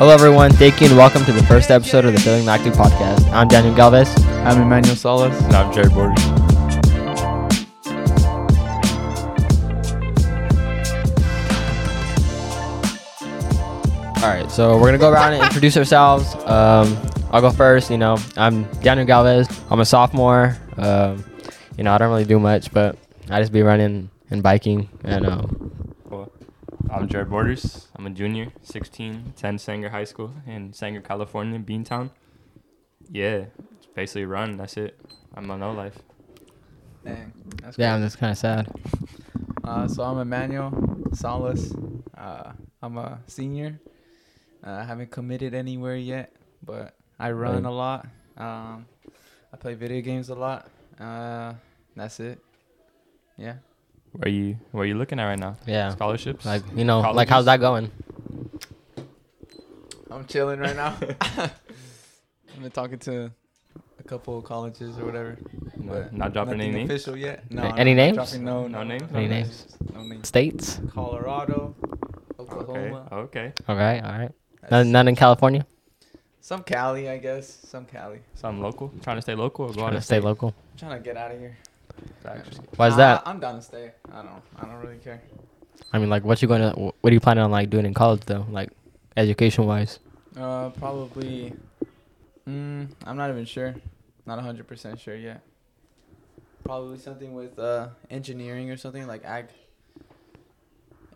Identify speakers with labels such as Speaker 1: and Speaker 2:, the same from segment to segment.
Speaker 1: Hello, everyone. Thank you and welcome to the first episode of the Feeling Lactic podcast. I'm Daniel Galvez.
Speaker 2: I'm Emmanuel Salas.
Speaker 3: And I'm Jared Borden.
Speaker 1: All right, so we're gonna go around and introduce ourselves. Um, I'll go first. You know, I'm Daniel Galvez. I'm a sophomore. Um, you know, I don't really do much, but I just be running and biking. And um,
Speaker 3: Cool. I'm Jared Borders. I'm a junior, 16, 10 Sanger High School in Sanger, California, Beantown. Yeah, it's basically run. That's it. I'm on no life.
Speaker 2: Dang. That's
Speaker 1: yeah, I'm
Speaker 2: cool.
Speaker 1: just kind of sad.
Speaker 2: Uh, so I'm Emmanuel Salas. Uh, I'm a senior. Uh, I haven't committed anywhere yet, but I run
Speaker 1: Right.
Speaker 2: a lot. Um, I play video games a lot. Uh, that's it. Yeah.
Speaker 3: Where are you? Where are you looking at right now?
Speaker 1: Yeah,
Speaker 3: Scholarships.
Speaker 1: like you know, like how's
Speaker 3: Colleges?
Speaker 1: that going?
Speaker 2: I'm chilling right now. I've been talking to a couple of colleges or whatever.
Speaker 3: No,
Speaker 2: but
Speaker 3: not dropping
Speaker 2: nothing
Speaker 3: any names.
Speaker 2: official yet. No.
Speaker 1: A-
Speaker 2: no,
Speaker 1: any
Speaker 2: not
Speaker 1: names?
Speaker 2: dropping- no,
Speaker 3: No names?
Speaker 2: No
Speaker 1: Any
Speaker 2: names. No names.
Speaker 1: States.
Speaker 2: Colorado,
Speaker 3: Okay.
Speaker 2: Oklahoma.
Speaker 3: Okay.
Speaker 1: All right, all right.
Speaker 2: That's-
Speaker 1: None, none in California.
Speaker 2: Some Cali, I guess. Some Cali.
Speaker 3: So I'm local. Trying to stay local or go out
Speaker 1: Trying to
Speaker 3: of
Speaker 1: stay
Speaker 3: state.
Speaker 1: local.
Speaker 2: I'm trying to get out of here.
Speaker 3: Facts.
Speaker 1: Why's
Speaker 2: Nah,
Speaker 1: that?
Speaker 2: I'm down to stay. I don't. I don't really care.
Speaker 1: I mean, like, what you going to? What are you planning on like doing in college though? Like, education wise.
Speaker 2: Uh, probably. Mm, I'm not even sure. Not 100% sure yet. Probably something with uh engineering or something like ag.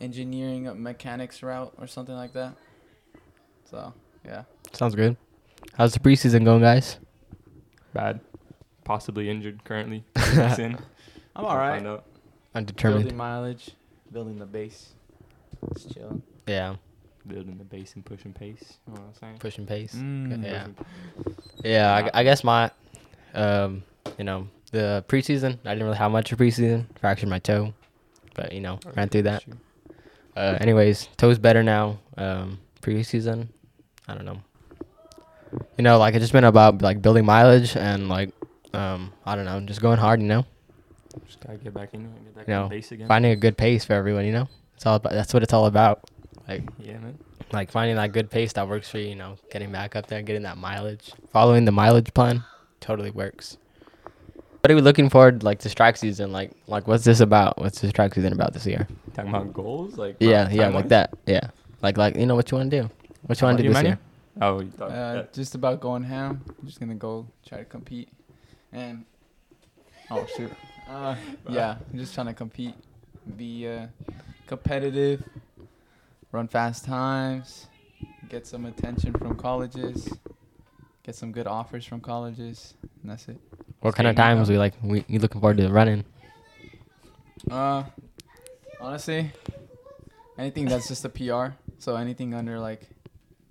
Speaker 2: Engineering uh, mechanics route or something like that. So yeah.
Speaker 1: Sounds good. How's the preseason going, guys?
Speaker 3: Bad. Possibly injured currently. Two weeks in.
Speaker 2: I'm
Speaker 3: We'll
Speaker 2: all right.
Speaker 3: find out.
Speaker 1: I'm determined.
Speaker 2: Building mileage, building the base. Just chill.
Speaker 1: Yeah,
Speaker 3: Building the base and pushing pace. You know what I'm saying?
Speaker 1: pushing pace.
Speaker 2: Mm.
Speaker 1: Yeah.
Speaker 3: Pushing-
Speaker 1: Yeah, I, gu- I guess my, um, you know, the preseason. I didn't really have much of preseason. Fractured my toe, but you know, ran through that. Uh, anyways, toe's better now. Um, preseason, I don't know. You know, like it's just been about like building mileage and like, um, I don't know, just going hard. You know,
Speaker 3: Just gotta get back in and get back
Speaker 1: You know,
Speaker 3: on base again.
Speaker 1: finding a good pace for everyone. You know, it's all about, that's what it's all about. Like,
Speaker 3: Yeah, man.
Speaker 1: like finding that good pace that works for you. You know, getting back up there, getting that mileage, following the mileage plan, totally works. What are we looking forward like this track season? Like, like what's this about? What's this track season about this year?
Speaker 3: Talking about goals, like
Speaker 1: Yeah, yeah,
Speaker 3: Uh, timeline?
Speaker 1: like that. Yeah, like like you know what you want to do, what you
Speaker 3: How
Speaker 1: want to
Speaker 3: about
Speaker 1: do
Speaker 3: you,
Speaker 1: this
Speaker 3: Manny?
Speaker 1: year.
Speaker 3: Oh, you thought,
Speaker 2: Uh,
Speaker 3: yeah.
Speaker 2: just about going ham. I'm just gonna go try to compete, and oh shoot, uh, yeah, I'm just trying to compete, be uh, competitive, run fast times, get some attention from colleges, get some good offers from colleges, and that's it.
Speaker 1: What kind of
Speaker 3: Skating,
Speaker 1: times we like? We you looking forward to running?
Speaker 2: Uh, honestly, anything that's just a PR. So anything under like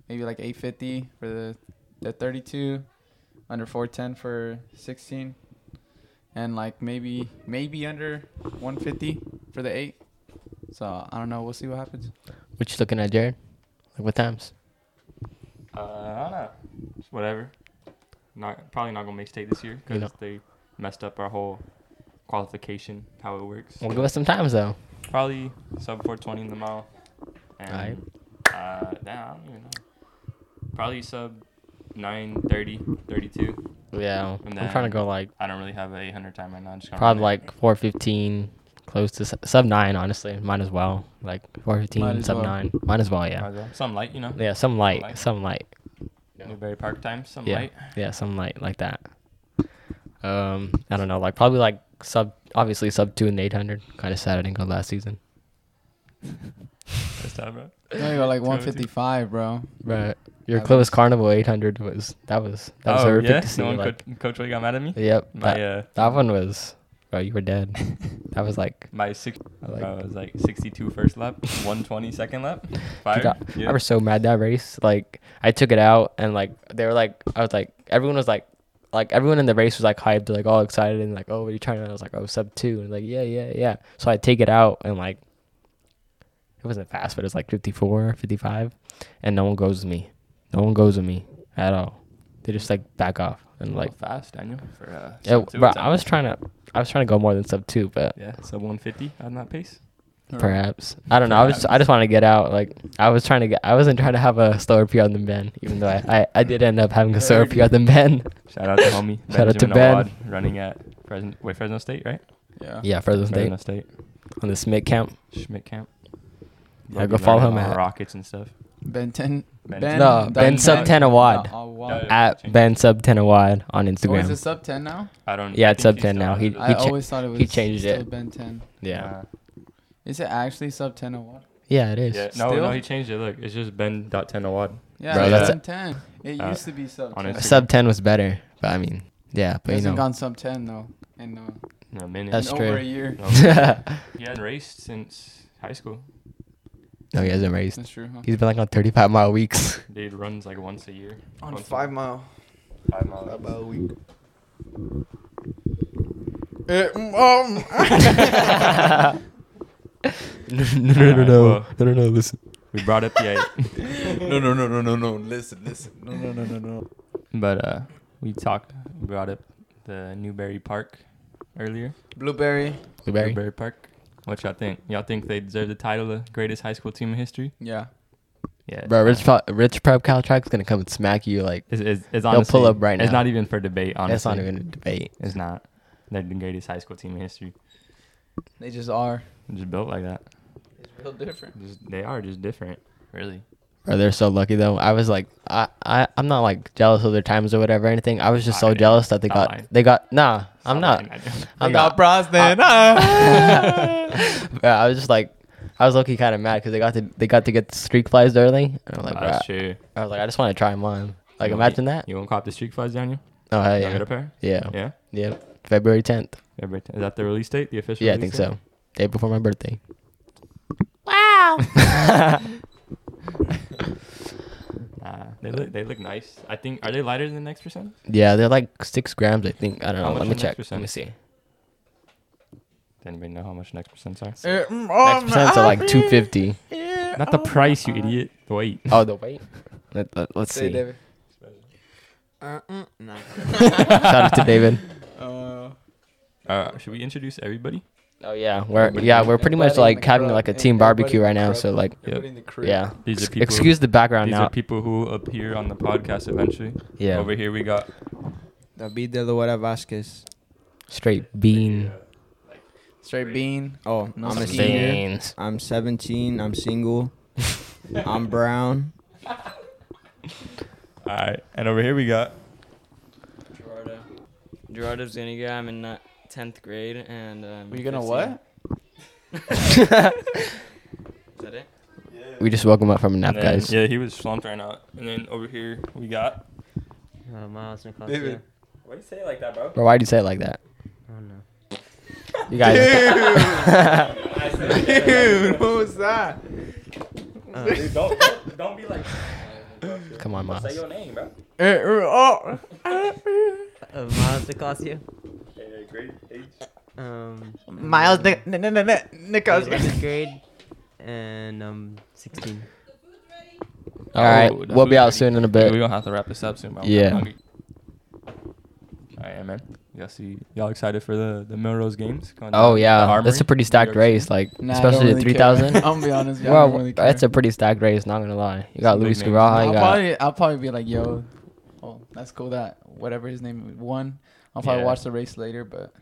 Speaker 2: maybe like 850 for the the 32, under 410 for 16, and like maybe maybe under 150 for the eight. So I don't know. We'll see what happens.
Speaker 1: What you looking at, Jared? Like what times?
Speaker 3: Uh, I don't know. Just whatever. Not probably not gonna make state this year
Speaker 1: You
Speaker 3: because
Speaker 1: know.
Speaker 3: they messed up our whole qualification how it works.
Speaker 1: Well, give us some times though.
Speaker 3: Probably sub 420 in the mile.
Speaker 1: Alright.
Speaker 3: And uh, damn, I don't even know. Probably sub 930, 32.
Speaker 1: Yeah,
Speaker 3: And
Speaker 1: I'm trying to
Speaker 3: then-
Speaker 1: go like
Speaker 3: I don't really have a 800 time right now. I'm just kinda
Speaker 1: probably
Speaker 3: running.
Speaker 1: like 4:15, close to s- sub nine. Honestly, might as well like
Speaker 2: Might
Speaker 1: 4:15,
Speaker 2: as
Speaker 1: sub
Speaker 2: well.
Speaker 1: nine. Might as well, yeah.
Speaker 3: Might as well. Some light, you know.
Speaker 1: Yeah, some light,
Speaker 3: light.
Speaker 1: some light.
Speaker 3: Newberry Park time, some
Speaker 1: yeah,
Speaker 3: light.
Speaker 1: yeah, some light like that. Um, I don't know, like probably like sub, obviously sub two and eight hundred. Kind of sad I didn't go last season,
Speaker 3: That's tough, bro.
Speaker 2: You only got like
Speaker 3: 202.
Speaker 2: 155, bro.
Speaker 1: but your
Speaker 2: That
Speaker 1: closest carnival eight hundred was that was that was
Speaker 3: oh,
Speaker 1: horrific
Speaker 3: yeah?
Speaker 1: to see.
Speaker 3: No one
Speaker 1: like,
Speaker 3: coach, coach really got mad at me?
Speaker 1: yep,
Speaker 3: My,
Speaker 1: that,
Speaker 3: uh,
Speaker 1: that one was, bro, you were dead. that was like,
Speaker 3: my six
Speaker 1: like
Speaker 3: I was like 62 first lap, 120 second lap,
Speaker 1: Dude,
Speaker 3: five.
Speaker 1: I, I was so mad that race. Like I took it out and like they were like I was like everyone was like like everyone in the race was like hyped, like all excited and like, oh what are you trying to I was like, oh sub two and like yeah, yeah, yeah. So I take it out and like it wasn't fast, but it was like 54, 55, and no one goes with me. No one goes with me at all. They just like back off and like
Speaker 3: Oh, fast, Daniel. For uh,
Speaker 1: yeah,
Speaker 3: sub two
Speaker 1: bro,
Speaker 3: time.
Speaker 1: I was trying to I was trying to go more than sub two, but
Speaker 3: yeah, sub 150 on that pace.
Speaker 1: Perhaps I don't know. I was I just want to get out. Like I was trying to get. I wasn't trying to have a slower PR than Ben, even though I I, I did end up having a slower PR than Ben.
Speaker 3: Shout out to homie.
Speaker 1: Shout out to
Speaker 3: Benjamin
Speaker 1: Ben.
Speaker 3: Awad, running at Fresno, wait, Fresno State, right?
Speaker 2: Yeah.
Speaker 1: Yeah, Fresno State
Speaker 3: Fresno State.
Speaker 1: on the Smith camp.
Speaker 3: Schmidt camp.
Speaker 1: Yeah,
Speaker 3: Love
Speaker 1: go
Speaker 3: you,
Speaker 1: follow
Speaker 3: learning
Speaker 1: him
Speaker 3: about
Speaker 1: at-
Speaker 3: Rockets and stuff.
Speaker 2: Ben 10.
Speaker 3: Ben-
Speaker 1: No, Ben sub 10 Awad.
Speaker 2: No, Awad.
Speaker 3: Yeah, yeah.
Speaker 1: At Ben sub ten wide on
Speaker 2: Oh, is
Speaker 1: Instagram.
Speaker 2: it sub 10 now?
Speaker 3: I don't.
Speaker 1: Yeah,
Speaker 3: I
Speaker 1: it's sub
Speaker 3: think he's
Speaker 1: 10 now.
Speaker 3: not.
Speaker 1: He-
Speaker 2: I
Speaker 1: cha-
Speaker 2: always thought it was
Speaker 1: he changed
Speaker 2: still
Speaker 1: it.
Speaker 2: Ben 10.
Speaker 1: yeah,
Speaker 3: Uh,
Speaker 2: Is it actually sub 10 Awad?
Speaker 1: yeah, it is.
Speaker 3: yeah. No,
Speaker 2: Still?
Speaker 3: no, he changed it. Look, it's just Ben dot ten awad.
Speaker 2: Yeah,
Speaker 1: Bro,
Speaker 2: it's
Speaker 1: that's-
Speaker 2: sub 10. It
Speaker 3: Uh,
Speaker 2: used to be sub 10.
Speaker 3: on Instagram.
Speaker 1: Sub ten was better, but I mean, yeah,
Speaker 2: It
Speaker 1: but you
Speaker 2: hasn't
Speaker 1: know,
Speaker 2: gone sub 10 though. In, uh,
Speaker 3: In a minute.
Speaker 1: That's
Speaker 2: in
Speaker 1: true.
Speaker 2: over a year.
Speaker 3: No, he hasn't raced since high school.
Speaker 1: no, he hasn't raised.
Speaker 2: That's true, huh?
Speaker 1: He's been like on thirty five mile weeks.
Speaker 3: Dude runs like once a year.
Speaker 4: On
Speaker 3: Once a-
Speaker 4: five mile.
Speaker 3: Five
Speaker 4: Five
Speaker 3: miles.
Speaker 4: mile a week.
Speaker 2: Eh, mm, um,
Speaker 1: no, no, no, no,
Speaker 3: Alright,
Speaker 1: no,
Speaker 3: well.
Speaker 1: no, no, no, listen.
Speaker 3: We brought up the
Speaker 4: no, no, no, no, no, no. Listen, listen. No, no, no, no, no.
Speaker 3: but uh, we talked. We brought up the Newberry Park earlier.
Speaker 2: Blueberry.
Speaker 1: Blueberry.
Speaker 3: Newberry Park. What y'all think? Y'all think they deserve the title of greatest high school team in history?
Speaker 2: Yeah.
Speaker 3: Yeah.
Speaker 1: Bro, Rich, Pro- Rich Prep Caltrack's gonna come and smack you like
Speaker 3: It's, it's, it's
Speaker 1: They'll pull
Speaker 3: honestly-
Speaker 1: up right
Speaker 3: It's
Speaker 1: now.
Speaker 3: not even for debate. Honestly,
Speaker 1: that's not even a debate.
Speaker 3: It's not. They're the greatest high school team in history.
Speaker 2: They just are.
Speaker 3: They're just built like that.
Speaker 2: It's real different.
Speaker 3: Just, they are just different. Really.
Speaker 1: Bro, they're so lucky though. I was like, I, I, I'm not like jealous of their times or whatever or anything. I was just so
Speaker 3: Alright,
Speaker 1: jealous that they
Speaker 3: stop
Speaker 1: got,
Speaker 3: lying.
Speaker 1: they got. Nah, I'm
Speaker 3: Stop
Speaker 1: not.
Speaker 3: looking at them.
Speaker 1: I'm
Speaker 2: They got
Speaker 1: not.
Speaker 2: Brosnan.
Speaker 1: Bro, I was just like, I was lucky kind of mad because they got to, they got to get the streak flies early, and I'm like, bro,
Speaker 3: Oh, That's true.
Speaker 1: I was like, I just want to try mine. Like,
Speaker 3: You want-
Speaker 1: imagine that.
Speaker 3: You won't cop the streak flies, Daniel?
Speaker 1: Oh hell
Speaker 3: You wanna
Speaker 1: yeah,
Speaker 3: Get a pair?
Speaker 1: yeah,
Speaker 3: Yeah.
Speaker 1: yeah. February 10th.
Speaker 3: Every t- Is that the release date? The official?
Speaker 1: Yeah, I think
Speaker 3: release
Speaker 1: so. Day before my birthday.
Speaker 3: date? Nah, they look they look nice. I think are they lighter than the next percent?
Speaker 1: Yeah, they're like six grams, I think. I don't
Speaker 3: How
Speaker 1: know.
Speaker 3: much
Speaker 1: Let me
Speaker 3: was
Speaker 1: check.
Speaker 3: next
Speaker 1: Let me
Speaker 3: percent?
Speaker 1: see.
Speaker 3: Does anybody know how much next percents are?
Speaker 2: Eh, mm,
Speaker 1: Next
Speaker 2: um,
Speaker 1: percents are like two fifty.
Speaker 2: eh,
Speaker 3: Not the
Speaker 2: um,
Speaker 3: price, you idiot. The weight.
Speaker 1: Oh, the weight. Let, us
Speaker 2: Say,
Speaker 1: see.
Speaker 2: David.
Speaker 4: Uh,
Speaker 2: Uh-uh.
Speaker 4: mm, nah.
Speaker 1: Shout out to David.
Speaker 2: Uh,
Speaker 3: Uh, should we introduce everybody?
Speaker 1: Oh yeah, we're yeah we're pretty much
Speaker 2: Everybody in
Speaker 1: like
Speaker 2: the
Speaker 1: having
Speaker 2: crowd,
Speaker 1: like a
Speaker 2: and
Speaker 1: team
Speaker 2: everybody
Speaker 1: barbecue
Speaker 2: in the
Speaker 1: right now.
Speaker 2: crowd.
Speaker 1: So like
Speaker 4: Everybody in the crib.
Speaker 1: yeah.
Speaker 3: These are
Speaker 1: Ex-
Speaker 3: people.
Speaker 1: Excuse the background
Speaker 3: These
Speaker 1: now.
Speaker 3: are people who appear on the podcast eventually.
Speaker 1: Yeah,
Speaker 3: Over here we got
Speaker 4: David de Loera Vasquez.
Speaker 1: straight bean.
Speaker 2: Straight bean.
Speaker 4: Oh,
Speaker 2: No
Speaker 4: I'm a
Speaker 2: skin.
Speaker 4: senior.
Speaker 1: Beans.
Speaker 4: I'm 17. I'm single. I'm brown.
Speaker 3: All right, and over here we got
Speaker 5: Gerardo. Gerardo's gonna go. I'm in uh, tenth grade, and um,
Speaker 2: Were you gonna what?
Speaker 5: Is that it?
Speaker 1: We just woke him up from a nap,
Speaker 3: and then-
Speaker 1: guys.
Speaker 3: Yeah, he was slumped right now. And then over here we got.
Speaker 5: Oh, Miles McCloskey.
Speaker 4: David.
Speaker 3: Why do you say it like that, bro?
Speaker 1: Bro, why do you say it like that?
Speaker 5: Oh no.
Speaker 1: You guys.
Speaker 4: Dude, what was that?
Speaker 3: don't, don't be like.
Speaker 1: Come on, Miles.
Speaker 3: name, bro.
Speaker 4: oh.
Speaker 5: Uh, Miles McCloskey.
Speaker 3: grade age.
Speaker 5: Um.
Speaker 4: Miles
Speaker 5: I'm
Speaker 4: Nic- Nic- Nic- Nic-
Speaker 5: in
Speaker 4: Nichols.
Speaker 5: 11th grade, and um, 16.
Speaker 1: All right,
Speaker 3: Oh, that's
Speaker 1: we'll be
Speaker 3: what
Speaker 1: out
Speaker 3: we-
Speaker 1: soon in a
Speaker 3: We're
Speaker 1: bit.
Speaker 3: gonna have to wrap this up soon. But
Speaker 1: Yeah.
Speaker 3: All right, man. Y'all see, y'all excited for the the Melrose games? Going down
Speaker 1: Oh
Speaker 3: to the
Speaker 1: yeah,
Speaker 3: Armory,
Speaker 1: that's a pretty
Speaker 3: New
Speaker 1: stacked
Speaker 3: York City?
Speaker 1: race. Like
Speaker 2: Nah, I don't
Speaker 1: especially
Speaker 2: really
Speaker 1: at three
Speaker 2: care.
Speaker 1: thousand.
Speaker 2: I'm gonna be honest. Yeah, I
Speaker 1: Well,
Speaker 2: don't really care.
Speaker 1: that's a pretty stacked race. Not gonna lie. You got
Speaker 3: Some big
Speaker 1: Luis
Speaker 3: names.
Speaker 1: Garraja.
Speaker 2: I'll
Speaker 1: You got
Speaker 2: probably, I'll probably be like, yo, oh, that's cool that whatever his name won. I'll probably
Speaker 3: Yeah.
Speaker 2: watch the race later, but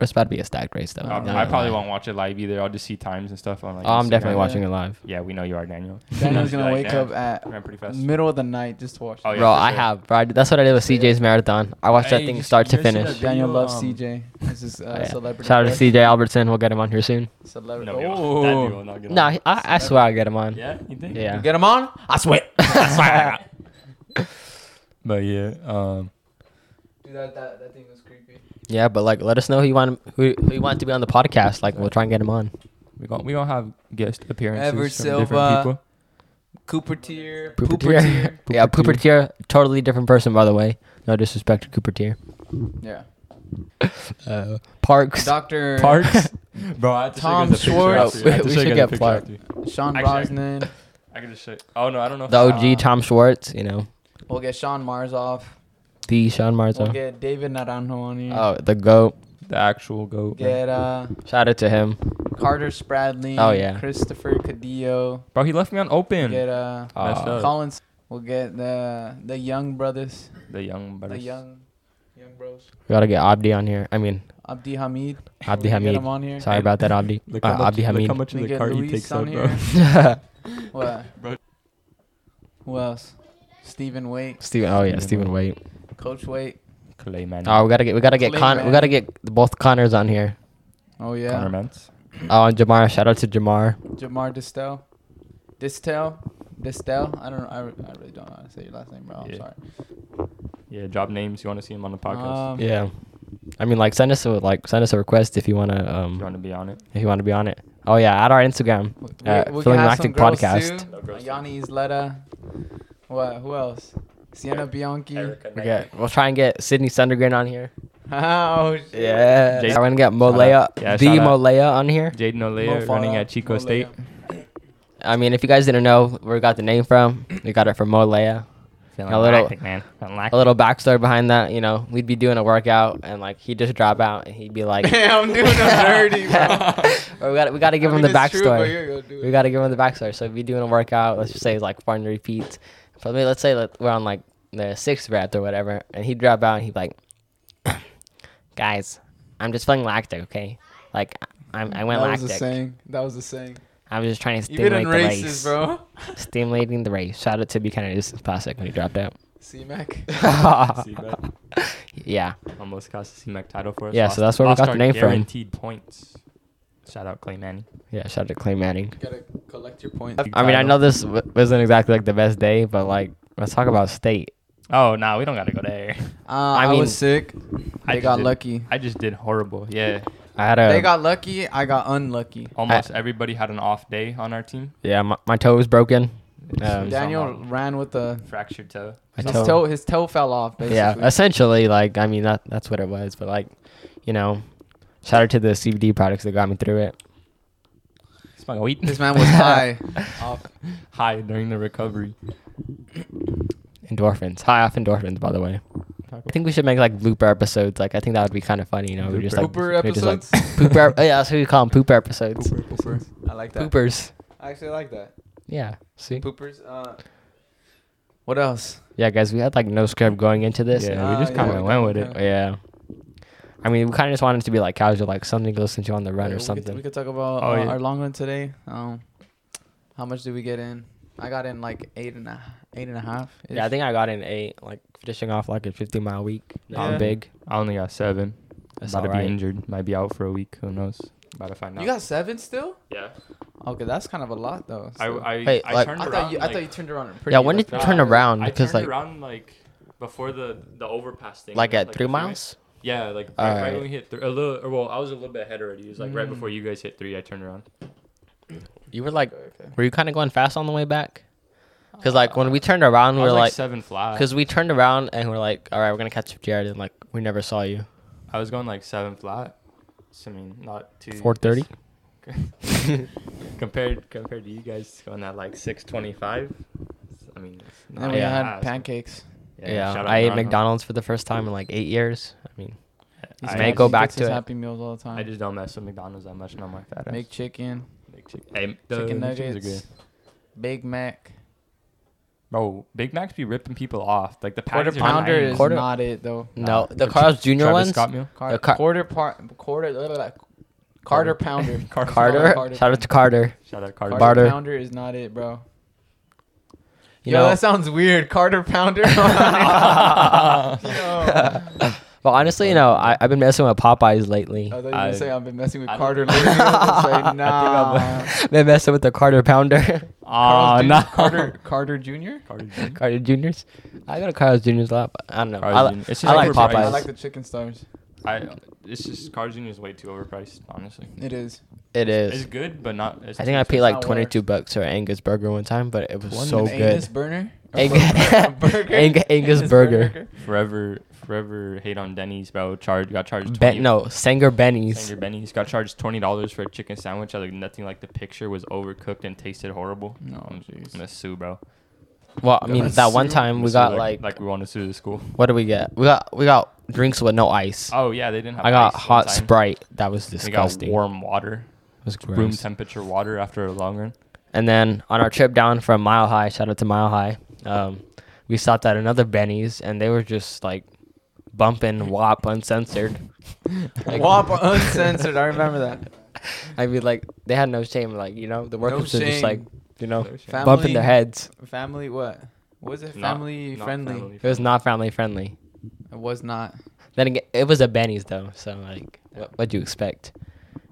Speaker 1: It's about to be a stacked race, though.
Speaker 2: I
Speaker 3: I,
Speaker 1: Not
Speaker 3: Um, I
Speaker 1: gonna
Speaker 3: probably
Speaker 1: lie.
Speaker 3: won't watch it live either. I'll just see times and stuff on like.
Speaker 1: Oh, I'm
Speaker 3: Instagram.
Speaker 1: definitely
Speaker 2: Yeah.
Speaker 1: watching it live.
Speaker 3: Yeah, we know you are, Daniel.
Speaker 2: Daniel's gonna
Speaker 3: Like,
Speaker 2: wake
Speaker 3: damn,
Speaker 2: up at
Speaker 3: Ran pretty fast.
Speaker 2: middle of the night just to watch.
Speaker 3: Oh,
Speaker 2: it.
Speaker 3: yeah,
Speaker 1: Bro,
Speaker 3: for
Speaker 1: I
Speaker 3: sure.
Speaker 1: have. Bro, I did- that's what I did with CJ's marathon. I watched
Speaker 3: Hey,
Speaker 1: that thing
Speaker 3: you s-
Speaker 1: start
Speaker 3: you
Speaker 1: to
Speaker 3: guys see that
Speaker 1: finish.
Speaker 3: video?
Speaker 2: Daniel loves
Speaker 3: um,
Speaker 2: CJ. This is uh,
Speaker 1: Oh, yeah.
Speaker 2: celebrity.
Speaker 1: Shout out to
Speaker 2: crush.
Speaker 1: CJ Albertson. We'll get him on here soon.
Speaker 2: Celebrity.
Speaker 3: No, we won't.
Speaker 2: Oh.
Speaker 3: That dude will not get
Speaker 1: No,
Speaker 3: on.
Speaker 1: he- I, I swear I'll get him on.
Speaker 3: Yeah, you think?
Speaker 1: Yeah.
Speaker 2: Get him on. I swear.
Speaker 3: But yeah, um,
Speaker 2: Dude, that, that, that thing was creepy.
Speaker 1: Yeah, but like, let us know who you want who, who you want to be on the podcast. Like, we'll try and get him on.
Speaker 3: we gon' we gonna have guest appearances
Speaker 2: Ever
Speaker 3: from
Speaker 2: Silva.
Speaker 3: different people.
Speaker 2: Cooper tier.
Speaker 1: Pooper tier. yeah, Pooper tier. Totally different person, by the way. No disrespect to Cooper tier.
Speaker 2: Yeah.
Speaker 1: Uh, Parks.
Speaker 2: Dr.
Speaker 3: Parks, bro. I had to
Speaker 2: Tom
Speaker 3: show you guys
Speaker 2: Schwartz.
Speaker 3: a picture after. I had to
Speaker 1: We
Speaker 3: show
Speaker 1: should
Speaker 3: you guys a
Speaker 1: get
Speaker 3: picture
Speaker 1: Clark.
Speaker 3: after.
Speaker 2: Sean
Speaker 3: Actually, I-
Speaker 2: Brosnan.
Speaker 3: I can just show. Oh no, I don't know. if
Speaker 1: The
Speaker 3: it's-
Speaker 1: OG
Speaker 2: Uh,
Speaker 1: Tom Schwartz. You know,
Speaker 2: We'll get Sean Marzoff.
Speaker 1: the Sean
Speaker 2: We'll
Speaker 1: Marzo.
Speaker 2: get David Naranjo on here.
Speaker 1: Oh, the goat.
Speaker 3: the actual goat. bro.
Speaker 2: Get uh,
Speaker 1: Shout out to him.
Speaker 2: Carter Spradley.
Speaker 1: Oh, yeah.
Speaker 2: Christopher Cadillo.
Speaker 3: Bro, he left me on open.
Speaker 2: Get uh,
Speaker 3: Messed
Speaker 1: Aw.
Speaker 3: up.
Speaker 2: Collins. We'll get the the young brothers.
Speaker 3: The young brothers.
Speaker 2: The young, young bros.
Speaker 1: We gotta get Abdi on here. I mean,
Speaker 2: Abdi Hamid.
Speaker 1: Abdi
Speaker 2: We'll Get
Speaker 1: Hamid.
Speaker 2: him on here.
Speaker 1: Sorry about that, Abdi.
Speaker 3: Look
Speaker 1: Uh,
Speaker 3: how much-
Speaker 1: Abdi
Speaker 3: Look
Speaker 1: Hamid.
Speaker 3: how much of
Speaker 2: We
Speaker 3: the
Speaker 2: get
Speaker 3: cart
Speaker 2: Luis
Speaker 3: he takes
Speaker 2: on
Speaker 3: up, bro.
Speaker 2: here. What?
Speaker 3: Bro.
Speaker 2: Who else? Stephen Wait,
Speaker 1: Steven. Oh yeah,
Speaker 3: Stephen
Speaker 1: Steven Wait.
Speaker 2: Coach Wait.
Speaker 3: Clay man.
Speaker 1: Oh, we gotta get we gotta get
Speaker 2: Clay
Speaker 1: Con- we
Speaker 2: Mann.
Speaker 1: gotta get both Connors on here.
Speaker 2: Oh yeah.
Speaker 3: Connor Mance.
Speaker 1: Oh, and Jamar. Shout out to Jamar.
Speaker 2: Jamar Distel. Distel. Distel. I don't. I, re- I really don't know how to say your last name, bro. I'm
Speaker 3: Yeah.
Speaker 2: sorry.
Speaker 3: Yeah, drop names. You want to see him on the podcast?
Speaker 2: Um,
Speaker 1: Yeah. I mean, like, send us a like send us a request if you wanna
Speaker 3: Do you want
Speaker 1: um
Speaker 3: to be on it?
Speaker 1: if you wanna be on it. Oh yeah, at our Instagram.
Speaker 2: We- we-
Speaker 1: Uh,
Speaker 2: we can
Speaker 1: Feeling
Speaker 2: have
Speaker 1: Lactic
Speaker 2: some girls
Speaker 1: Podcast.
Speaker 2: too.
Speaker 3: No girls
Speaker 2: Yanni Isleta. What? Who else? Sienna Bianchi.
Speaker 1: We get, we'll try and get Sydney Sundergren on here.
Speaker 2: oh shit.
Speaker 1: Yeah.
Speaker 3: Jason-
Speaker 1: We're gonna get Molea,
Speaker 3: out. Yeah,
Speaker 1: the
Speaker 3: shout out.
Speaker 1: Molea on here.
Speaker 3: Jaden
Speaker 2: Mo
Speaker 3: Olea
Speaker 2: Farah,
Speaker 3: running at Chico
Speaker 2: Mo
Speaker 3: State.
Speaker 2: Leah.
Speaker 1: I mean, if you guys didn't know where we got the name from, we got it from Molea.
Speaker 3: Feeling
Speaker 1: A little-
Speaker 3: lactic, man. Feeling lactic.
Speaker 1: A little backstory behind that, you know, we'd be doing a workout and like he'd just drop out and he'd be like,
Speaker 2: Yeah, I'm doing a dirty, bro.
Speaker 1: or we got we got to give
Speaker 2: I
Speaker 1: him
Speaker 2: mean,
Speaker 1: the
Speaker 2: it's true, but
Speaker 1: backstory.
Speaker 2: you're gonna do
Speaker 1: we
Speaker 2: it.
Speaker 1: got to give him the backstory. So if you're doing a workout, let's just say it's like fun repeats. For me, let's say that we're on like the sixth rep or whatever, and he'd drop out and he'd be like, guys, I'm just feeling lactic, okay? Like I'm, I went
Speaker 2: that was a
Speaker 1: lactic.
Speaker 2: saying. That was a saying.
Speaker 1: I was just trying to
Speaker 2: Even in
Speaker 1: stimulate the
Speaker 2: races,
Speaker 1: race.
Speaker 2: bro.
Speaker 1: Stimulating the race. Shout out to Buchanan's Classic when he dropped out.
Speaker 2: C Mac.
Speaker 3: See, bro?
Speaker 1: yeah.
Speaker 3: Almost cost the CMAC title for us.
Speaker 1: Yeah, so that's where we
Speaker 3: lost
Speaker 1: got the
Speaker 3: our
Speaker 1: name from.
Speaker 3: Guaranteed points. Shout out Clay Manning.
Speaker 1: Yeah, shout out to Clay Manning.
Speaker 2: gotta collect your points.
Speaker 1: I mean, I know this w- wasn't exactly like the best day, but like, let's talk about state.
Speaker 3: Oh no, we don't gotta go there.
Speaker 2: Uh, I,
Speaker 1: mean-
Speaker 2: was sick. They
Speaker 3: I just
Speaker 2: got
Speaker 3: did-
Speaker 2: lucky.
Speaker 3: I just did horrible. Yeah,
Speaker 1: I had a
Speaker 2: They got lucky. I got
Speaker 1: um,
Speaker 2: unlucky.
Speaker 3: almost everybody had an off day on our team.
Speaker 1: yeah, my, my toe was broken. Um,
Speaker 3: Yeah.
Speaker 2: Daniel
Speaker 3: somehow-
Speaker 2: ran with the
Speaker 3: Fractured toe.
Speaker 1: My
Speaker 2: his
Speaker 1: toe.
Speaker 2: toe. His toe fell off. Basically.
Speaker 1: yeah, essentially, like, I mean, that that's what it was. But like, you know, shout out to the CBD products that got me through it.
Speaker 3: Smoking weed.
Speaker 2: this man was high. off.
Speaker 3: high during the recovery.
Speaker 1: Endorphins, high off endorphins, by the way. I think we should make like blooper episodes. Like, I think that would be kind of funny. You know, we just like
Speaker 2: Pooper
Speaker 1: we just, like,
Speaker 2: episodes.
Speaker 1: pooper. ep- yeah, that's what we call them, pooper episodes.
Speaker 2: Pooper, pooper. I like that.
Speaker 1: Poopers.
Speaker 2: I actually like that.
Speaker 1: Yeah. See.
Speaker 2: Poopers. Uh, what else?
Speaker 1: Yeah, guys, we had like no script going into this.
Speaker 3: Yeah,
Speaker 1: and
Speaker 2: Ah,
Speaker 1: we just
Speaker 2: yeah,
Speaker 1: kind of
Speaker 2: we
Speaker 1: went with
Speaker 2: did,
Speaker 1: it. Yeah. I mean, we kind of just wanted it to be like casual, like something to listen to on the run
Speaker 2: Yeah,
Speaker 1: or
Speaker 2: we could-
Speaker 1: something.
Speaker 2: we could talk about
Speaker 3: Oh,
Speaker 2: uh,
Speaker 3: yeah.
Speaker 2: our long run today. Um, how much did we get in? I got in like eight and a eight and a half.
Speaker 1: yeah, I think I got in eight, like finishing off like a 50 mile week. Not
Speaker 2: Yeah.
Speaker 1: big.
Speaker 3: I only got seven.
Speaker 1: That's
Speaker 3: About to
Speaker 1: alright.
Speaker 3: be injured. Might be out for a week. Who knows? About to find out.
Speaker 2: You got seven still?
Speaker 3: yeah.
Speaker 2: Okay, that's kind of a lot though.
Speaker 3: I
Speaker 2: so-
Speaker 3: I,
Speaker 1: Hey,
Speaker 3: I
Speaker 1: like-
Speaker 2: I
Speaker 3: turned
Speaker 2: thought
Speaker 3: around.
Speaker 2: you I
Speaker 3: like,
Speaker 2: thought you turned around.
Speaker 1: Yeah, when did you
Speaker 3: fast.
Speaker 1: turn around?
Speaker 3: I
Speaker 1: Because
Speaker 3: turned
Speaker 1: like,
Speaker 3: around like before the the overpass thing.
Speaker 1: like
Speaker 3: you know,
Speaker 1: at three
Speaker 3: the freeway.
Speaker 1: miles.
Speaker 3: Yeah, like right, right Mm.
Speaker 1: Alright.
Speaker 3: when we hit three, a little. Or, well, I was a little bit ahead already. It was like right before you guys hit three. I turned around.
Speaker 1: You were like, were you kind of going fast on the way back? Because like when we turned around,
Speaker 3: Oh, uh,
Speaker 1: we
Speaker 3: I
Speaker 1: were
Speaker 3: was like,
Speaker 1: like,
Speaker 3: seven flat.
Speaker 1: because we turned around and we are like, all right, we're gonna catch up Jared, and like we never saw you.
Speaker 3: I was going like seven flat. So, I mean, not too.
Speaker 1: 4:30?
Speaker 3: compared compared to you guys going at like six twenty five. I mean, it's
Speaker 2: And then
Speaker 3: not
Speaker 2: we
Speaker 1: Yeah.
Speaker 2: had
Speaker 3: fast.
Speaker 2: pancakes.
Speaker 1: Yeah,
Speaker 3: shout out
Speaker 1: I ate
Speaker 3: Ron.
Speaker 1: McDonald's for the first time in like eight years. I mean,
Speaker 2: He's
Speaker 1: I
Speaker 2: happy-
Speaker 1: may go
Speaker 2: he
Speaker 1: back
Speaker 2: gets his
Speaker 1: to it.
Speaker 2: Happy Meals all the time.
Speaker 3: I just don't mess with McDonald's that much. Not my fat ass.
Speaker 2: make chicken,
Speaker 3: Make chick- Hey, the
Speaker 2: chicken
Speaker 3: the chickens are good.
Speaker 2: nuggets, Big Mac.
Speaker 3: Bro, Big Mac's be ripping people off. Like the
Speaker 2: Quarter
Speaker 3: patties are
Speaker 2: pounder
Speaker 3: tiny.
Speaker 2: is
Speaker 1: Quarter-
Speaker 2: not it though.
Speaker 1: no,
Speaker 3: Nah.
Speaker 1: the
Speaker 3: Ch-
Speaker 1: Carl's Jr.
Speaker 3: Travis
Speaker 1: ones.
Speaker 3: Scott meal.
Speaker 2: Car-
Speaker 1: car-
Speaker 2: quarter part, quarter, blah, blah, blah. Carter pounder.
Speaker 3: Carter.
Speaker 1: Carter.
Speaker 2: Carter.
Speaker 1: Shout out to Carter.
Speaker 3: Shout out
Speaker 2: Carter
Speaker 3: Carter.
Speaker 1: Barter.
Speaker 2: pounder is not it, bro.
Speaker 1: You
Speaker 2: Yo,
Speaker 1: know,
Speaker 2: that sounds weird. Carter pounder. Yo.
Speaker 1: but honestly, you know, I, I've been messing with Popeyes lately.
Speaker 2: I thought you were
Speaker 3: I-
Speaker 2: gonna say I've been messing with
Speaker 3: I-
Speaker 2: Carter lately. I was gonna say, nah.
Speaker 1: been messing with the Carter Pounder,
Speaker 3: Ah,
Speaker 2: Carl's Jr.
Speaker 3: no.
Speaker 2: Carter Carter Jr.
Speaker 3: Carter. Jr.
Speaker 1: Carter Juniors. I go to Carl's Juniors a lot. But I don't know.
Speaker 3: Carl's
Speaker 1: I, li-
Speaker 3: Jr. It's just
Speaker 1: I like
Speaker 3: overpriced.
Speaker 1: Popeyes.
Speaker 2: I like the chicken stars.
Speaker 3: I. It's just Carter Jr. is way too overpriced. Honestly,
Speaker 2: It is.
Speaker 1: it
Speaker 3: it's
Speaker 1: is.
Speaker 3: good, but not. It's
Speaker 1: I think I paid like
Speaker 2: not worse.
Speaker 1: 22 bucks for Angus burger one time, but it was
Speaker 3: One
Speaker 1: so
Speaker 3: minute.
Speaker 1: good.
Speaker 2: Angus burner. Or
Speaker 1: Ang-
Speaker 2: bur- burger?
Speaker 1: Ang- Angus burger.
Speaker 3: forever, forever hate on Denny's, bro. Charge got charged.
Speaker 1: Ben, no, Sanger Benny's.
Speaker 3: Sanger Benny's got charged twenty dollars for a chicken sandwich. I like nothing like the picture was overcooked and tasted horrible.
Speaker 2: No,
Speaker 3: I'm,
Speaker 2: jeez.
Speaker 3: I'm gonna sue, bro.
Speaker 1: Well, I mean,
Speaker 2: That's
Speaker 1: that one
Speaker 2: so-
Speaker 1: time
Speaker 3: I'm
Speaker 1: we
Speaker 3: gonna sue
Speaker 1: got like,
Speaker 3: like we want to sue the school.
Speaker 1: what do we get? We got we got drinks with no ice.
Speaker 3: Oh yeah, they didn't have.
Speaker 1: I got
Speaker 3: ice one
Speaker 1: hot
Speaker 3: time.
Speaker 1: Sprite. That was
Speaker 3: They got
Speaker 1: disgusting.
Speaker 3: warm water.
Speaker 1: was
Speaker 3: room
Speaker 1: gross.
Speaker 3: temperature water after a long run.
Speaker 1: And then on our trip down from Mile High, shout out to Mile High, um, we stopped at another Benny's and they were just like bumping WAP uncensored. Like-
Speaker 2: WAP uncensored. I remember that.
Speaker 1: I mean, like they had no shame. Like you know, the workers are just
Speaker 2: shame.
Speaker 1: like you know
Speaker 2: Family,
Speaker 1: bumping their heads.
Speaker 2: Family, what? What was it?
Speaker 3: Not-
Speaker 2: Family
Speaker 3: not
Speaker 2: friendly.
Speaker 3: family
Speaker 1: It was not family friendly.
Speaker 2: It was not.
Speaker 1: Then again, it was a Benny's though, so like what what do you expect?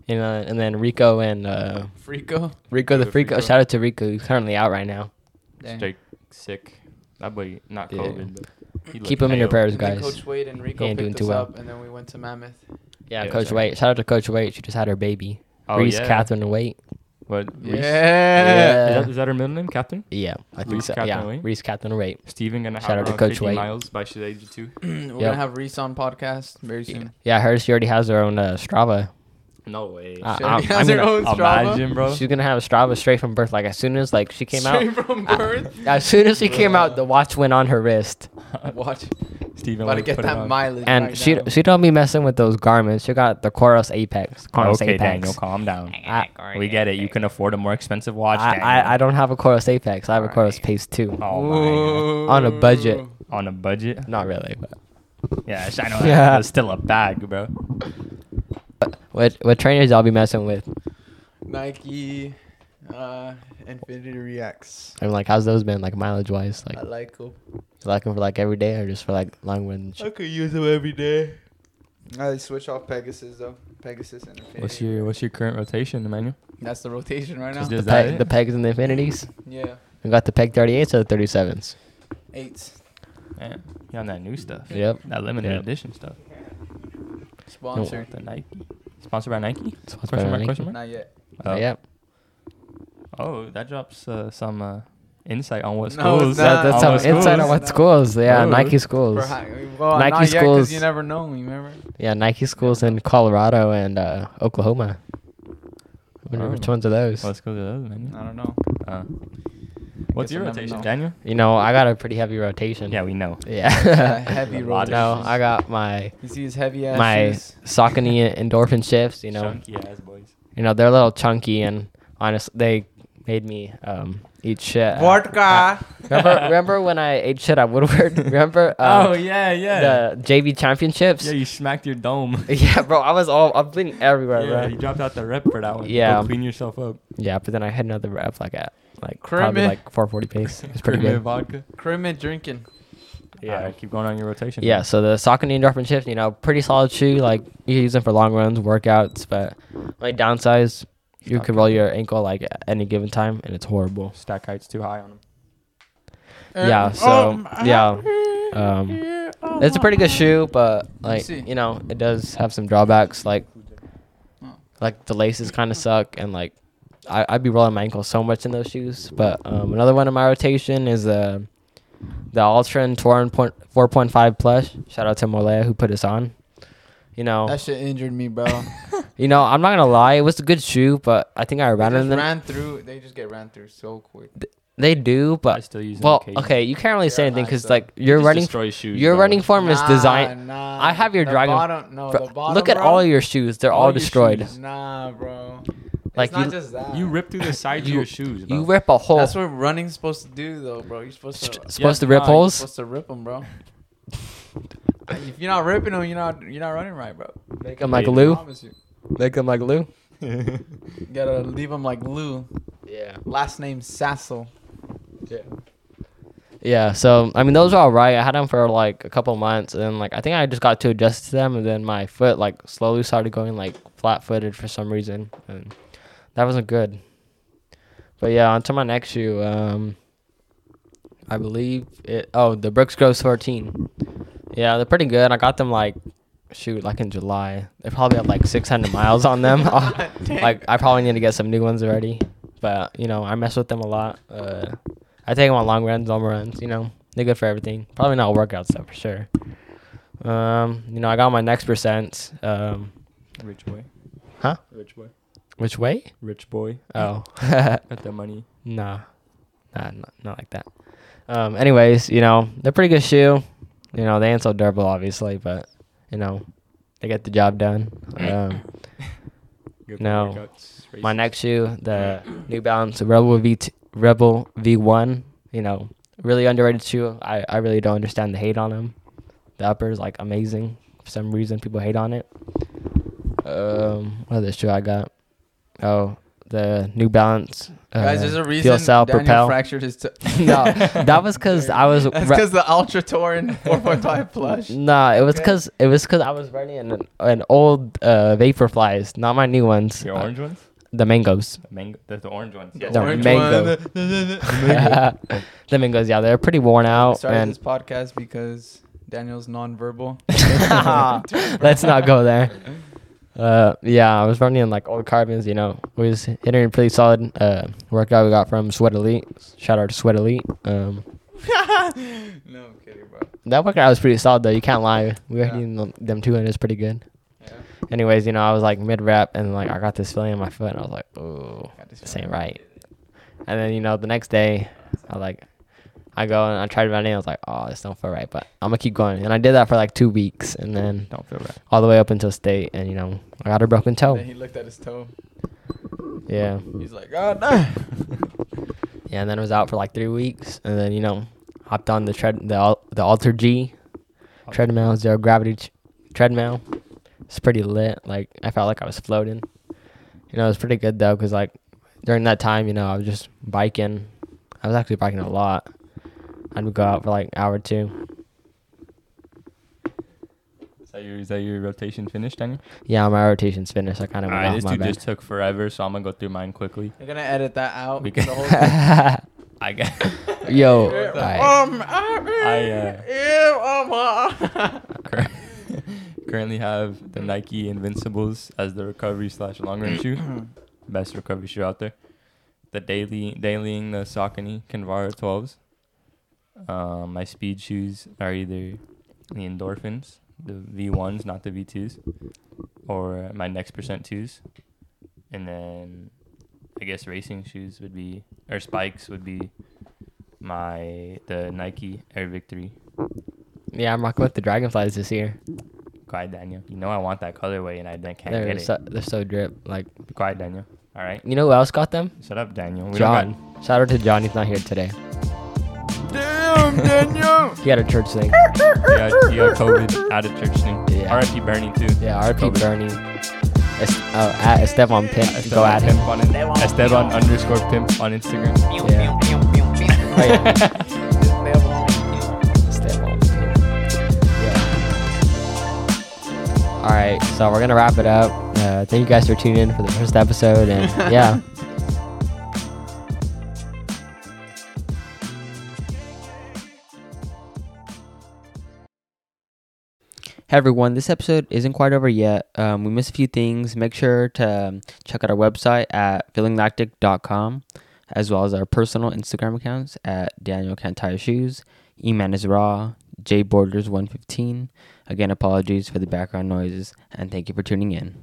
Speaker 1: You know, and then Rico and uh,
Speaker 2: Frico.
Speaker 1: Rico the
Speaker 3: Rico
Speaker 1: Freako.
Speaker 3: Freako.
Speaker 1: Shout out to Rico, who's currently out right now.
Speaker 2: Dang.
Speaker 3: Straight sick. That boy, not
Speaker 1: Yeah.
Speaker 3: COVID. But he
Speaker 1: Keep
Speaker 3: looked
Speaker 1: him in your
Speaker 3: pale.
Speaker 1: prayers,
Speaker 2: And then
Speaker 1: guys.
Speaker 2: Coach Wade and Rico
Speaker 1: ain't
Speaker 2: picked
Speaker 1: doing
Speaker 2: us
Speaker 1: too well.
Speaker 2: up, and then we went to Mammoth.
Speaker 1: Yeah,
Speaker 3: Yeah,
Speaker 1: Coach
Speaker 3: sorry.
Speaker 1: Wait. Shout out to Coach Wait. She just had her baby.
Speaker 3: Oh,
Speaker 1: Reese
Speaker 3: yeah.
Speaker 1: Catherine Wait.
Speaker 3: What? Reese? Uh,
Speaker 2: Yeah.
Speaker 3: Is, that, is that her middle name, Captain?
Speaker 1: Yeah, I think
Speaker 3: Reese
Speaker 1: so.
Speaker 3: Catherine
Speaker 1: yeah,
Speaker 3: Wait?
Speaker 1: Reese Catherine Wait.
Speaker 3: Steven gonna have
Speaker 1: Shout out to
Speaker 3: around
Speaker 1: Coach
Speaker 3: 50
Speaker 1: White.
Speaker 3: miles by she's age two.
Speaker 2: We're
Speaker 1: Yep.
Speaker 2: gonna have Reese on podcast very
Speaker 1: Yeah.
Speaker 2: soon.
Speaker 1: Yeah, hers. She already has her own uh, Strava.
Speaker 3: No way.
Speaker 1: Uh,
Speaker 2: She
Speaker 1: I-
Speaker 2: already
Speaker 1: I'm
Speaker 2: has her
Speaker 3: Oh,
Speaker 1: gonna-
Speaker 2: own Strava.
Speaker 3: Imagine, bro.
Speaker 1: She's gonna have Strava straight from birth. Like as soon as like she came out,
Speaker 2: Straight from
Speaker 1: I-
Speaker 2: birth.
Speaker 1: as soon as she came out, the watch went on her wrist,
Speaker 2: Watch.
Speaker 3: Steven
Speaker 2: About to
Speaker 3: would
Speaker 2: get
Speaker 3: put it
Speaker 2: that
Speaker 3: on.
Speaker 2: mileage.
Speaker 1: and
Speaker 2: right
Speaker 1: she
Speaker 2: now.
Speaker 1: she don't be messing with those garments. She got the Coros Apex. Coros
Speaker 3: Okay,
Speaker 1: Apex.
Speaker 3: Daniel, calm down. Ah,
Speaker 1: I,
Speaker 3: We get it. You can afford a more expensive watch.
Speaker 1: I, I I don't have a Coros Apex. I have a Coros Pace too.
Speaker 3: Oh my. God.
Speaker 1: on a budget.
Speaker 2: Ooh.
Speaker 3: On a budget.
Speaker 1: Not really, but
Speaker 3: Yeah, I know.
Speaker 1: Yeah.
Speaker 3: Yeah. It's still a bag, bro.
Speaker 1: what what trainers y'all be messing with?
Speaker 2: Nike, uh, Infinity Reacts.
Speaker 1: I'm like, how's those been like mileage wise? Like
Speaker 2: I like them.
Speaker 1: you like them for like every day or just for like long runs?
Speaker 2: I could use them every day. I switch off Pegasus though. Pegasus and Infinity.
Speaker 3: What's your What's your current rotation, Emmanuel?
Speaker 2: That's the rotation right now.
Speaker 3: Is this-
Speaker 1: the, peg,
Speaker 3: that it?
Speaker 1: the pegs and the infinities.
Speaker 2: Yeah,
Speaker 1: We got the peg 38s or the 37s.
Speaker 2: eight.
Speaker 3: Yeah, you on that new stuff.
Speaker 1: Yep.
Speaker 3: That limited
Speaker 1: Yep.
Speaker 3: edition stuff.
Speaker 2: Sponsored.
Speaker 3: The Nike. Sponsored by Nike.
Speaker 1: Sponsored by
Speaker 3: question mark?
Speaker 1: Nike.
Speaker 3: Question mark?
Speaker 2: Not yet.
Speaker 3: Oh.
Speaker 1: Yep.
Speaker 3: Oh, that drops uh, some uh, insight on what
Speaker 2: No,
Speaker 3: schools.
Speaker 2: it's
Speaker 1: That,
Speaker 2: not.
Speaker 1: that's
Speaker 2: Almost
Speaker 1: some insight on
Speaker 2: schools.
Speaker 1: what
Speaker 2: No.
Speaker 1: schools. Yeah,
Speaker 3: Oh.
Speaker 1: Nike schools.
Speaker 2: Perhaps- Well,
Speaker 1: Nike
Speaker 2: Nike not schools.
Speaker 1: schools-
Speaker 2: you never know. You remember?
Speaker 1: Yeah, Nike schools in Colorado and uh, Oklahoma. I wonder
Speaker 3: Oh.
Speaker 1: which ones are those.
Speaker 3: What schools are those, Emmanuel?
Speaker 2: I don't know.
Speaker 3: Uh, what's
Speaker 2: Guess
Speaker 3: your
Speaker 2: we'll never
Speaker 3: rotation,
Speaker 2: know.
Speaker 3: Daniel?
Speaker 1: You know, I got a pretty heavy rotation.
Speaker 3: Yeah, we know.
Speaker 1: Yeah.
Speaker 2: heavy
Speaker 3: A lot of
Speaker 1: no,
Speaker 2: rotations.
Speaker 1: I got my
Speaker 2: You see his heavy ass
Speaker 1: my
Speaker 2: shoes?
Speaker 1: Saucony endorphin shifts. You know,
Speaker 3: Chunky ass boys.
Speaker 1: you know they're a little chunky and honest. They made me um eat shit.
Speaker 2: Vodka.
Speaker 1: remember, remember when I ate shit at Woodward? Remember? um,
Speaker 3: oh yeah, yeah.
Speaker 1: Uh, The JV championships.
Speaker 3: yeah, you smacked your dome.
Speaker 1: Yeah, bro, I was all I've been everywhere,
Speaker 3: yeah,
Speaker 1: bro.
Speaker 3: you dropped out the rep for that one.
Speaker 1: Yeah.
Speaker 3: Go clean yourself up.
Speaker 1: Yeah, but then I had another rep like at like probably
Speaker 2: Kermit.
Speaker 1: like 440 pace. It's pretty
Speaker 3: Premier
Speaker 1: good.
Speaker 3: Vodka.
Speaker 2: Kermit drinking.
Speaker 1: Yeah.
Speaker 3: Alright, keep going on your rotation.
Speaker 1: Yeah, so the Saucony endorphin chips, you know, pretty solid shoe. Like you can use them for long runs, workouts, but like downsize, you could roll your ankle like at any given time, and it's horrible.
Speaker 3: Stack height's too high on him.
Speaker 1: Yeah,
Speaker 2: Uh,
Speaker 1: so
Speaker 2: oh,
Speaker 1: yeah, um, it's a pretty good shoe, but like
Speaker 2: see.
Speaker 1: you know, it does have some drawbacks. Like
Speaker 2: Oh.
Speaker 1: like the laces kind of suck, and like I I'd be rolling my ankle so much in those shoes. But um, another one in my rotation is uh, the Ultra and Torn point four point five plus. Shout out to Molea who put us on. You know,
Speaker 2: That shit injured me, bro.
Speaker 1: you know, I'm not gonna lie, it was a good shoe, but I think I
Speaker 2: they
Speaker 1: ran in
Speaker 2: just
Speaker 1: them.
Speaker 2: ran through. They just get ran through so quick.
Speaker 1: They do,
Speaker 3: I
Speaker 1: but
Speaker 3: still use them
Speaker 1: well,
Speaker 3: occasionally.
Speaker 1: okay, you can't really say
Speaker 2: They're
Speaker 1: anything because
Speaker 2: nice,
Speaker 1: like
Speaker 3: You
Speaker 1: your
Speaker 3: just
Speaker 1: running
Speaker 3: destroy shoes,
Speaker 1: your
Speaker 3: bro.
Speaker 1: running form is
Speaker 2: Nah,
Speaker 1: designed.
Speaker 2: Nah,
Speaker 1: I have your
Speaker 2: the
Speaker 1: dragon-
Speaker 2: Bottom, no,
Speaker 1: Bro,
Speaker 2: the bottom,
Speaker 1: look at
Speaker 2: bro,
Speaker 1: all your shoes; they're all,
Speaker 3: All your
Speaker 1: destroyed.
Speaker 3: shoes.
Speaker 2: Nah, bro.
Speaker 1: Like,
Speaker 2: Like it's not
Speaker 1: you-
Speaker 2: just that.
Speaker 3: You rip through the sides of
Speaker 1: You-
Speaker 3: your shoes, bro.
Speaker 1: You rip a hole.
Speaker 2: That's what running's supposed to do, though, bro. You're supposed to.
Speaker 1: St-
Speaker 2: you're
Speaker 1: supposed to
Speaker 3: nah,
Speaker 1: rip
Speaker 3: you
Speaker 1: holes.
Speaker 2: supposed to rip them, bro. if you're not ripping them, you're not you're not running right, bro.
Speaker 1: Make them like
Speaker 3: Yeah,
Speaker 2: I
Speaker 1: Lou.
Speaker 2: promise you.
Speaker 1: Make them like Lou.
Speaker 2: You gotta leave them like Lou.
Speaker 1: Yeah.
Speaker 2: Last name Sassel.
Speaker 1: Yeah. So I mean, those are all right. I had them for like a couple months, and then like I think I just got too adjusted to them, and then my foot like slowly started going like flat-footed for some reason, and that wasn't good. But yeah, on to my next shoe. Um, I believe it. Oh, the Brooks Groves 14. Yeah, they're pretty good. I got them like, shoot, like in July. They probably have like 600 miles on them. Oh, like I probably need to get some new ones already. But you know, I mess with them a lot. Uh, I take them on long runs, long runs. You know, they're good for everything. Probably not workout stuff for sure. Um, you know, I got my next percent. Um,
Speaker 3: Rich boy.
Speaker 1: Huh?
Speaker 3: Rich boy.
Speaker 1: which way?
Speaker 3: Rich boy.
Speaker 1: Oh,
Speaker 3: Got the money.
Speaker 1: nah, nah, not, not like that. Um, anyways, you know, they're pretty good shoe. You know, they ain't so durable, obviously, but you know, they get the job done. Um,
Speaker 3: Good
Speaker 1: No.
Speaker 3: workouts,
Speaker 1: My
Speaker 3: races.
Speaker 1: next shoe, the New Balance Rebel V t- Rebel V1. You know, really underrated shoe. I, I really don't understand the hate on them. The upper is like amazing. For some reason, people hate on it. Um, what other shoe I got? Oh, the New Balance. Uh,
Speaker 2: Guys, there's a
Speaker 1: Fuel
Speaker 2: reason
Speaker 1: Cell
Speaker 2: Daniel
Speaker 1: Propel.
Speaker 2: fractured his. T-
Speaker 1: no, that was because I was.
Speaker 2: That's
Speaker 1: ra-
Speaker 2: because the Ultra Torin 4.5 plush.
Speaker 1: Nah, it was because it was because I was running an, an old uh, Vaporflies, not my new ones.
Speaker 3: The
Speaker 1: uh,
Speaker 3: orange ones?
Speaker 1: the mangoes.
Speaker 3: The mango, the, the orange ones.
Speaker 2: The
Speaker 3: yeah.
Speaker 1: The
Speaker 2: orange
Speaker 1: mango.
Speaker 2: one.
Speaker 1: the mangoes, yeah, they're pretty worn
Speaker 2: I
Speaker 1: out.
Speaker 2: started
Speaker 1: and
Speaker 2: this podcast because Daniel's nonverbal.
Speaker 1: Let's not go there. Uh, yeah, I was running in like old carbons, you know. We was hitting a pretty solid uh, workout we got from Sweat Elite. Shout out to Sweat Elite. Um,
Speaker 2: no, I'm kidding, bro.
Speaker 1: that workout was pretty solid though. You can't lie. We were
Speaker 2: Yeah.
Speaker 1: hitting them- them two and it's pretty good.
Speaker 2: Yeah.
Speaker 1: Anyways, you know, I was like mid rep and like I got this feeling in my foot and I was like, oh,
Speaker 2: Got this
Speaker 1: this ain't right. And then you know the next day, I like, I go and I tried running. I was like, oh, this don't feel right, but I'm gonna keep going. And I did that for like two weeks, and then
Speaker 3: Don't feel bad.
Speaker 1: all the way up until state, and you know I got a broken
Speaker 2: And
Speaker 1: toe.
Speaker 2: then he looked at his toe.
Speaker 1: Yeah,
Speaker 2: He's like, oh no.
Speaker 1: yeah. And then I was out for like three weeks, and then you know hopped on the tread the al- the Alter G treadmill zero gravity ch- treadmill. It's pretty lit. Like I felt like I was floating. You know, it was pretty good though, cause like during that time, you know, I was just biking. I was actually biking a lot. I'd go out for like an hour or two.
Speaker 3: Is that your, is that your rotation finished, Daniel?
Speaker 1: Yeah, my rotation's finished. I kind
Speaker 3: All
Speaker 1: of
Speaker 3: right,
Speaker 1: went
Speaker 3: this
Speaker 1: off my
Speaker 3: dude
Speaker 1: back.
Speaker 3: just took forever, so I'm gonna go through mine quickly.
Speaker 2: You're gonna edit that out.
Speaker 3: We
Speaker 2: the
Speaker 3: can-
Speaker 2: whole thing.
Speaker 3: I got.
Speaker 1: Yo,
Speaker 2: You're
Speaker 1: alright.
Speaker 2: like, um, I,
Speaker 3: I, uh,
Speaker 2: ew, um, uh."
Speaker 3: Cur- currently have the Nike Invincibles as the recovery slash long run shoe, best recovery shoe out there. The daily dailying the Saucony Convara 12s. Um, my speed shoes are either the Endorphins, the V1s, not the V2s, or my Next Percent 2s. And then I guess racing shoes would be, or spikes would be my, the Nike Air Victory
Speaker 1: Yeah, I'm rocking with the dragonflies this year.
Speaker 3: Quiet, Daniel. You know I want that colorway and I then can't
Speaker 1: They're
Speaker 3: get it.
Speaker 1: so, they're so drip. Like,
Speaker 3: Quiet, Daniel. All right.
Speaker 1: you know who else got them?
Speaker 3: Shut up, Daniel. We
Speaker 1: John.
Speaker 3: don't
Speaker 1: Shout out to John. He's not here today.
Speaker 2: Damn, Daniel.
Speaker 1: He had a church thing.
Speaker 3: Got, you, got, you got COVID out of church soon.
Speaker 1: Yeah.
Speaker 3: R.I.P. Bernie too.
Speaker 1: Yeah, RP
Speaker 3: COVID.
Speaker 1: Bernie. Es- oh, at Esteban Pimp. Go at him.
Speaker 3: Pimp on in- Esteban underscore pimp on Instagram.
Speaker 1: Yeah. Oh, yeah. Esteban Pimp. Yeah. All right, so we're going to wrap it up. Uh, thank you guys for tuning in for the first episode. And yeah.
Speaker 5: Hey everyone, this episode isn't quite over yet. Um, we missed a few things. Make sure to um, check out our website at feelinglactic.com as well as our personal Instagram accounts at Daniel Can't Tie Your Shoes, Eman is Raw, JBorders115. Again, apologies for the background noises and thank you for tuning in.